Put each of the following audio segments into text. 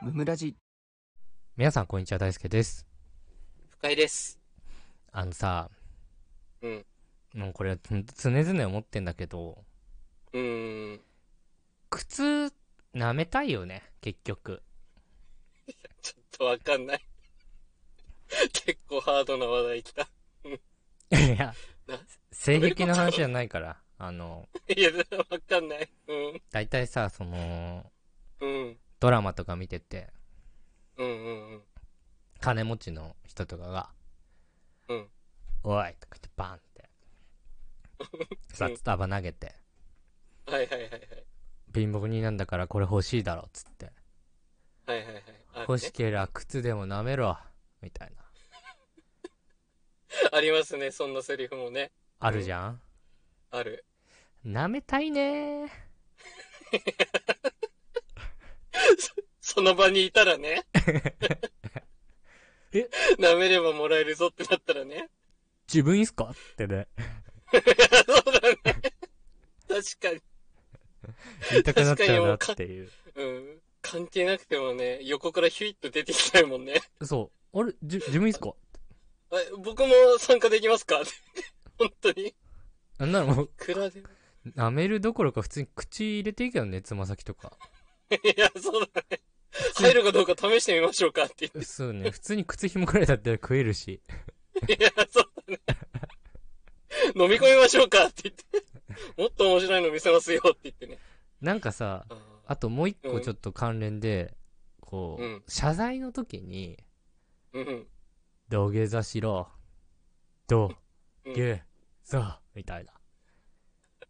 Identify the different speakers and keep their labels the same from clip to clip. Speaker 1: ムムラジ
Speaker 2: 皆さん、こんにちは。大輔です。
Speaker 3: 不快です。
Speaker 2: あのさ、
Speaker 3: うん。
Speaker 2: もうこれ、つ常々思ってんだけど、
Speaker 3: うーん。
Speaker 2: 靴、舐めたいよね、結 局。
Speaker 3: ちょっとわかんない。 結構ハードな話題来た。
Speaker 2: いや
Speaker 3: な、
Speaker 2: 性癖の話じゃないから、あの、
Speaker 3: いや、わかんない。うん。
Speaker 2: 大体さ、その、
Speaker 3: うん。
Speaker 2: ドラマとか見てて、
Speaker 3: うんうんうん。
Speaker 2: 金持ちの人とかが、
Speaker 3: うん。
Speaker 2: おいとか言ってバン って、札束投げて、
Speaker 3: はいはいはいはい。
Speaker 2: 貧乏人なんだからこれ欲しいだろ、つって。
Speaker 3: はいはいはい。あ,、ね、
Speaker 2: 欲しけりゃ靴でも舐めろ、みたいな。
Speaker 3: ありますね。そんなセリフもね。
Speaker 2: あるじゃん、
Speaker 3: ある。
Speaker 2: 舐めたいねー。
Speaker 3: その場にいたら ね。
Speaker 2: え
Speaker 3: 舐めればもらえるぞってなったらね。
Speaker 2: 自分いいっすかってね。
Speaker 3: そうだね。確かに。
Speaker 2: 言いたくなっちゃうなっていう。
Speaker 3: うん。関係なくてもね、横からヒュイッと出てきたいもんね。
Speaker 2: そう。あれ、じ、自分いいっすか
Speaker 3: あ僕も参加できますか 本当に。
Speaker 2: なんならもう、
Speaker 3: 比べる。
Speaker 2: 舐めるどころか普通に口入れていいけどね、つま先とか。
Speaker 3: いや、そうだね。入るかどうか試してみましょうかって言
Speaker 2: そう ね、普通に靴紐くらいだったら食えるし。
Speaker 3: って。いや、そうだね。飲み込みましょうかって言って。もっと面白いの見せますよって言ってね。
Speaker 2: なんかさ、
Speaker 3: あ
Speaker 2: あともう一個ちょっと関連で、こ
Speaker 3: うん
Speaker 2: う、謝罪の時に、
Speaker 3: ーうん
Speaker 2: 土下座しろ。土
Speaker 3: うん。うん。
Speaker 2: 下座、みたいな。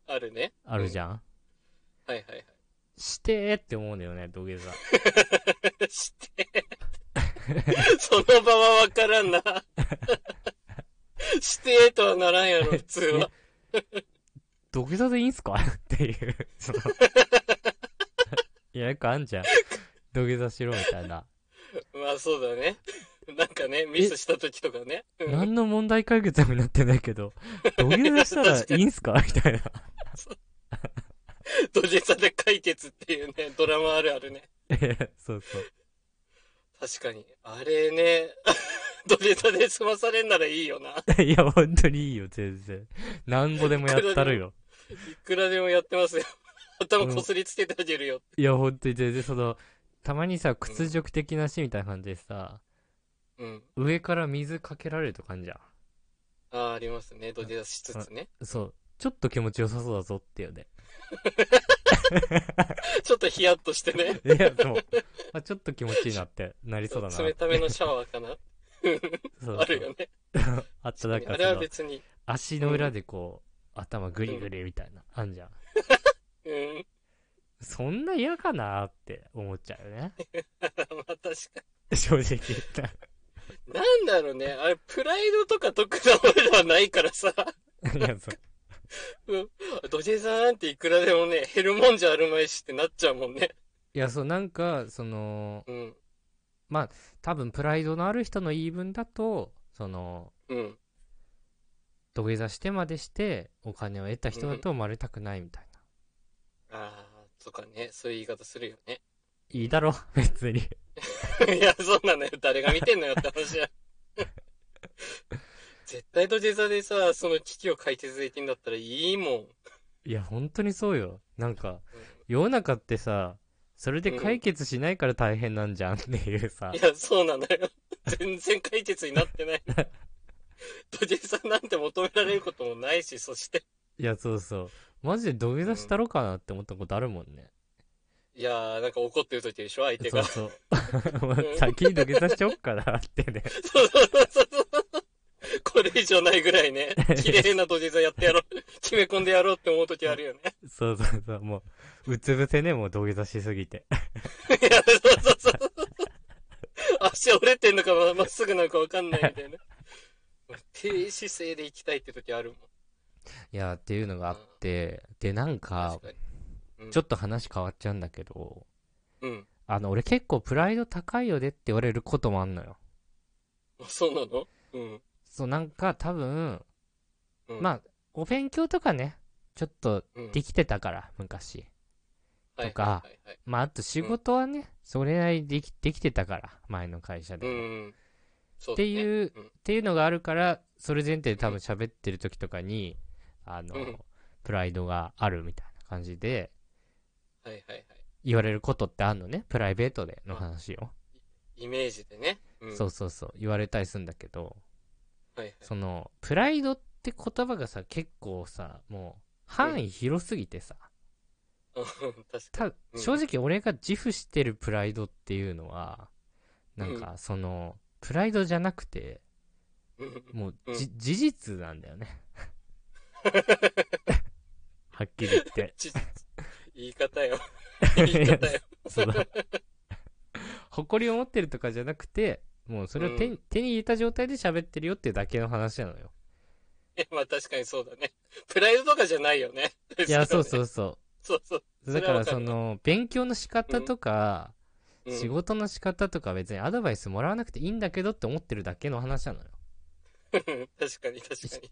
Speaker 3: あるね。
Speaker 2: あるじゃん
Speaker 3: はいはいはい。
Speaker 2: してーって思うんだよね、土下座。
Speaker 3: して。その場はわからんな。 してとはならんやろ、 普通 は。
Speaker 2: 土下座でいいんすか っていう、その。いや、よくあんじゃん。土下座しろみたいな。
Speaker 3: まあそうだね。なんかね、ミスした時とかね。うん
Speaker 2: 何の問題解決にもなってないけど、土下座したらいいんす かみたいな。
Speaker 3: 土下座で解決っていうね、ドラマあるあるね。
Speaker 2: そうそう。
Speaker 3: 確かに。あれね、 土下座で済まされんならいいよな。い
Speaker 2: いや、本当にいいよ、全然。なんぼでもやったるよ。
Speaker 3: くらでもやってますよ。 頭こすりつけてあげるよ。
Speaker 2: いや、本当に全然、その、たまにさ、屈辱的な死みたいな感じでさ、
Speaker 3: うん。
Speaker 2: 上から水かけられるとかあんじゃ
Speaker 3: ああ、ありますね。土下座しつつね。
Speaker 2: ん。そう。ちょっと気持ちよさそうだぞっていうね。
Speaker 3: ちょっとヒヤッとしてね。
Speaker 2: いや、そう。あ、ちょっと気持ちいいなって、な りそうだな。
Speaker 3: 冷ためのシャワー かな。
Speaker 2: そうそう
Speaker 3: あるよね。
Speaker 2: あとなんか
Speaker 3: あ
Speaker 2: そ
Speaker 3: れは
Speaker 2: の
Speaker 3: 別に。
Speaker 2: 足の裏でこう、頭グリグリみたいな、あんじゃん。
Speaker 3: うん。
Speaker 2: そんな嫌かなって思っちゃうよ ね。
Speaker 3: まあ確か
Speaker 2: 正直言ったら。
Speaker 3: に。なんだろうね。あれ、プライドとか特な俺らはないからさ。
Speaker 2: いや、そう。
Speaker 3: 土下座なんていくらでもね、減るもんじゃあるまいしってなっちゃうもんね。
Speaker 2: いや、そう、なんか、その、
Speaker 3: うん。
Speaker 2: 多分プライドのある人の言い分だと、その、
Speaker 3: うん。
Speaker 2: 土下座してまでして、お金を得た人だと思われたくないみたいな。
Speaker 3: ああ、とかね。そういう言い方するよね。
Speaker 2: いいだろ、別に。
Speaker 3: いや、そうなのよ。誰が見てんのよって話や。 絶対土下座でさ、その危機を解決できんだったらいいもん。
Speaker 2: いや、本当にそうよ。なんか、世の中ってさ、それで解決しないから大変なんじゃんっていうさ
Speaker 3: い。や、そうなのよ。全然解決になってない。土下座なんて求められることもないし、そして。
Speaker 2: いや、そうそう。マジで土下座したろかなって思ったことあるもんね。
Speaker 3: いやー、なんか怒ってる時でしょ、相手
Speaker 2: そう
Speaker 3: が。
Speaker 2: そう。 先に土下座しちゃおっかなってね。
Speaker 3: そうそうそうそう。これ以上ないぐらいね、綺麗な土下座やってやろ う。決め込んでやろうって思う時あるよね。
Speaker 2: そうそうそう。もう、うつ伏せね、もう土下座しすぎて。
Speaker 3: いや、そうそうそう。 足折れてんのかままっすぐなのかわかんないみたいな。低姿勢で行きたいって時あるもん。
Speaker 2: いや、っていうのがあって、で、なんか
Speaker 3: 確、かに。うん
Speaker 2: ちょっと話変わっちゃうんだけど、
Speaker 3: うん。
Speaker 2: あの、俺結構プライド高いよねって言われることもあんのよ。
Speaker 3: あそうなのうん。
Speaker 2: そう、なんか多分、
Speaker 3: うん、
Speaker 2: まあ、お勉強とかね、ちょっと
Speaker 3: うん、
Speaker 2: できてたから、昔。
Speaker 3: はい。
Speaker 2: とか
Speaker 3: はいはいはい。
Speaker 2: まあ、あと仕事はね、それなりにできできてたから、前の会社で
Speaker 3: う
Speaker 2: も。
Speaker 3: ん。そ
Speaker 2: っ
Speaker 3: だ
Speaker 2: て
Speaker 3: ね
Speaker 2: いう、
Speaker 3: うん
Speaker 2: っていうのがあるから、それ前提で多分喋ってる時とかに、あの、
Speaker 3: うん
Speaker 2: プライドがあるみたいな感じで、
Speaker 3: はいはいはい。
Speaker 2: 言われることってあんのね、プライベートでの話を。
Speaker 3: イメージでね。うん
Speaker 2: そうそうそう、言われたりするんだけど、
Speaker 3: はい はい。
Speaker 2: その、プライドって言葉がさ、結構さ、もう、範囲広すぎてさ、
Speaker 3: うん確か
Speaker 2: た
Speaker 3: うん
Speaker 2: 正直俺が自負してるプライドっていうのは、なんか、その、プライドじゃなくて、
Speaker 3: に。
Speaker 2: もう、
Speaker 3: うん
Speaker 2: じ事実なんだよ ね。はっきり言って。
Speaker 3: ち言い方 よ。言い方よ。
Speaker 2: そうだ。誇りを持ってるとかじゃなくて、もうそれを手に,、
Speaker 3: う
Speaker 2: 手に入れた状態で喋ってるよっていうだけの話なのよ。
Speaker 3: いやまあ確かにそうだね。プライドとかじゃないよね。。
Speaker 2: いや、そうそううそ。
Speaker 3: そうそうそ
Speaker 2: だ
Speaker 3: れ
Speaker 2: か
Speaker 3: は
Speaker 2: ら
Speaker 3: わかる
Speaker 2: その、勉強の仕方とか、
Speaker 3: う。
Speaker 2: 仕事の仕方とか別にアドバイスもらわなくていいんだけどって思ってるだけの話なのよ。
Speaker 3: うん 確かに確かに。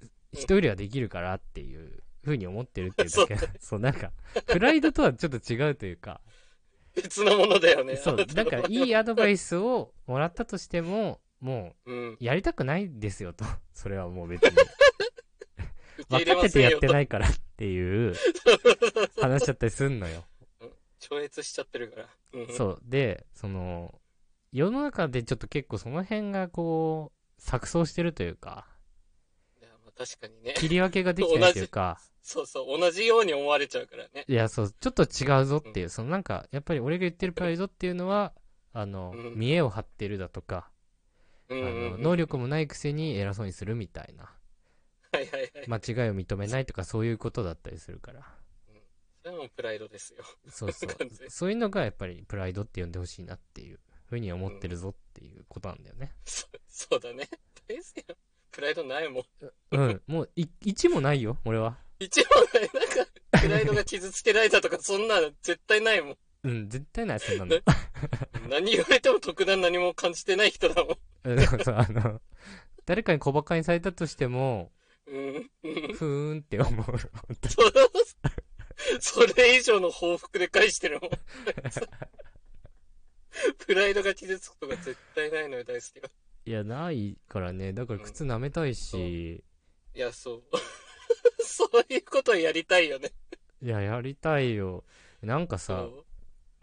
Speaker 3: うん
Speaker 2: 一人よりはできるからっていう風に思ってるっていうだけ そうなんかプライドとはちょっと違うというか
Speaker 3: 別のものだよね。
Speaker 2: そうなんかいいアドバイスをもらったとしてもも
Speaker 3: うん。
Speaker 2: うやりたくないですよと それはもう 別に分
Speaker 3: 受け入れ
Speaker 2: かっ
Speaker 3: ま
Speaker 2: て
Speaker 3: せ
Speaker 2: て
Speaker 3: ん
Speaker 2: や
Speaker 3: よ
Speaker 2: って
Speaker 3: と。
Speaker 2: ないからって いう話だったりすんのよ
Speaker 3: 超越しちゃってるから。うん
Speaker 2: そうでその世の中でちょっと結構その辺がこう錯綜してるというか
Speaker 3: いやまあ確かにね。
Speaker 2: 切り分けができないというか
Speaker 3: そうそう。同じように思われちゃうからね。
Speaker 2: いや、そう、ちょっと違うぞっていう、そのなんか、やっぱり俺が言ってるプライドっていうのは、あの、
Speaker 3: うん
Speaker 2: 見栄を張ってるだとか、
Speaker 3: う
Speaker 2: あ
Speaker 3: んうん
Speaker 2: の、
Speaker 3: うん。
Speaker 2: 能力もないくせに偉そうにするみたいな、
Speaker 3: はいはいはい。
Speaker 2: 間違いを認めないとかそういうことだったりするから、
Speaker 3: それはもうプライドですよ。
Speaker 2: そうそう
Speaker 3: 完全、に
Speaker 2: そういうのがやっぱりプライドって呼んでほしいなっていうふうに思ってるぞっていうことなんだよね。
Speaker 3: そそうだね。大好きよ。プライドないもん。
Speaker 2: うん、もう、い、一もないよ、俺は。
Speaker 3: 一応ね、なんか、プライドが傷つけられたとか、そんなの絶対ないもん。
Speaker 2: うん、絶対ない、そんなの。
Speaker 3: 何言われても特段何も感じてない人だもん。
Speaker 2: うんそう、あの、誰かに小馬鹿にされたとしても、
Speaker 3: うん。うん
Speaker 2: ふーんって思う。
Speaker 3: そうそれ以上の報復で返して るもん。プライドが傷つくとか絶対ないのよ、大好きは。
Speaker 2: いや、ないからね。だから靴舐めたいし、
Speaker 3: いや、そう。 そういうことをやりたいよね。
Speaker 2: いや、やりたいよ。なんかさ、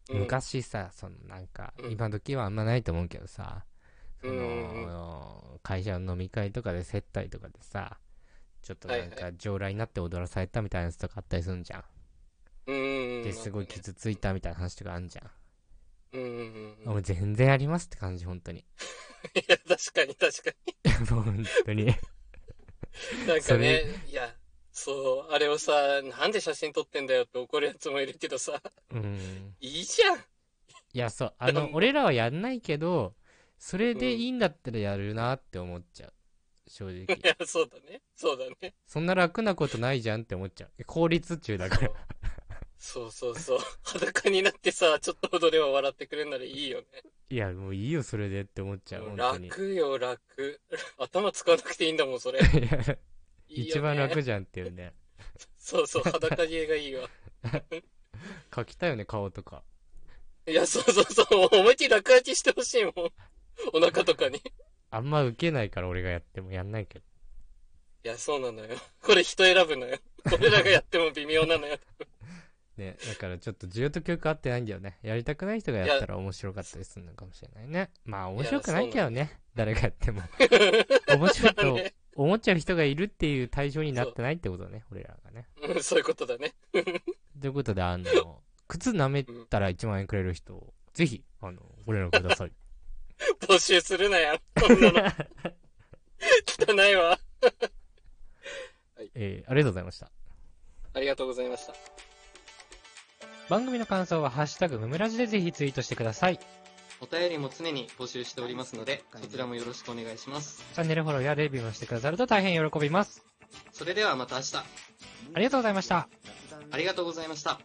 Speaker 3: うん。うん、
Speaker 2: 昔さ、そのなんか、
Speaker 3: うん
Speaker 2: 今時はあんまないと思うけどさ、そ
Speaker 3: うんうんうん
Speaker 2: の、会社の飲み会とかで接待とかでさ、ちょっとなん
Speaker 3: はい
Speaker 2: か上来になって踊らされたみたいなやつとかあったりするんじゃん。
Speaker 3: うんうんうん。
Speaker 2: で、すごい傷ついたみたいな話とかあんじゃん。
Speaker 3: うんうんうん。
Speaker 2: もう全然ありますって感じ、本当に。
Speaker 3: いや、確かに確か
Speaker 2: もう本当 に。
Speaker 3: に。なんか
Speaker 2: そ
Speaker 3: ね
Speaker 2: れ、
Speaker 3: いや、そう、あれをさ、なんで写真撮ってんだよって怒るやつもいるけどさ、
Speaker 2: うん。
Speaker 3: いいじゃん。
Speaker 2: いや、そう、あの、俺らはやんないけど、それでいいんだったらやるなって思っちゃう。正直。
Speaker 3: いや、そうだね。そうだね。
Speaker 2: そんな楽なことないじゃんって思っちゃう。効率中だから。
Speaker 3: そうそうそう。裸になってさ、ちょっと踊れば笑ってくれるならいいよね。
Speaker 2: いや、もういいよ、それでって思っちゃう、本当に。い
Speaker 3: 楽よ、楽。 頭使わなくていいんだもん、それ。
Speaker 2: や
Speaker 3: いいよね
Speaker 2: 一番楽じゃんっていうね。
Speaker 3: そうそう、裸芸がいいわ。
Speaker 2: 描きたいよね、顔とか。
Speaker 3: いや、そうそうそう。思いっきり落書きしてほしいもん。お腹とかに。い
Speaker 2: あんま受けないから、俺がやってもやんないけど。
Speaker 3: や、そうなのよ。これ人選ぶのよ。俺らがやっても微妙なのよ。
Speaker 2: ね、だからちょっと需要と教育合ってないんだよね。やりたくない人がやったら面白かったりするのかもしれないね。まあ、面白くないけどね。誰がやっても。面白い
Speaker 3: まあ
Speaker 2: と
Speaker 3: ね
Speaker 2: 思っちゃう人がいるっていう対象になってないってことね、俺らがね。
Speaker 3: うんそういうことだね。
Speaker 2: ということで、あの、靴舐めたら1万円くれる人、ぜひ、あの、俺らください。
Speaker 3: 募集するなよ。こんなの。汚いわ。
Speaker 2: えーありがとうございました。
Speaker 3: ありがとうございました。
Speaker 2: 番組の感想は、ハッシュタグ、ムムラジでぜひツイートしてください。チ
Speaker 3: お便りも常に募集しておりますので、そちらもよろしくお願いします。
Speaker 2: ャンネルフォローやレビューもしてくださると大変喜びます。
Speaker 3: それではまた明日、
Speaker 2: ありがとうございました。
Speaker 3: ありがとうございました。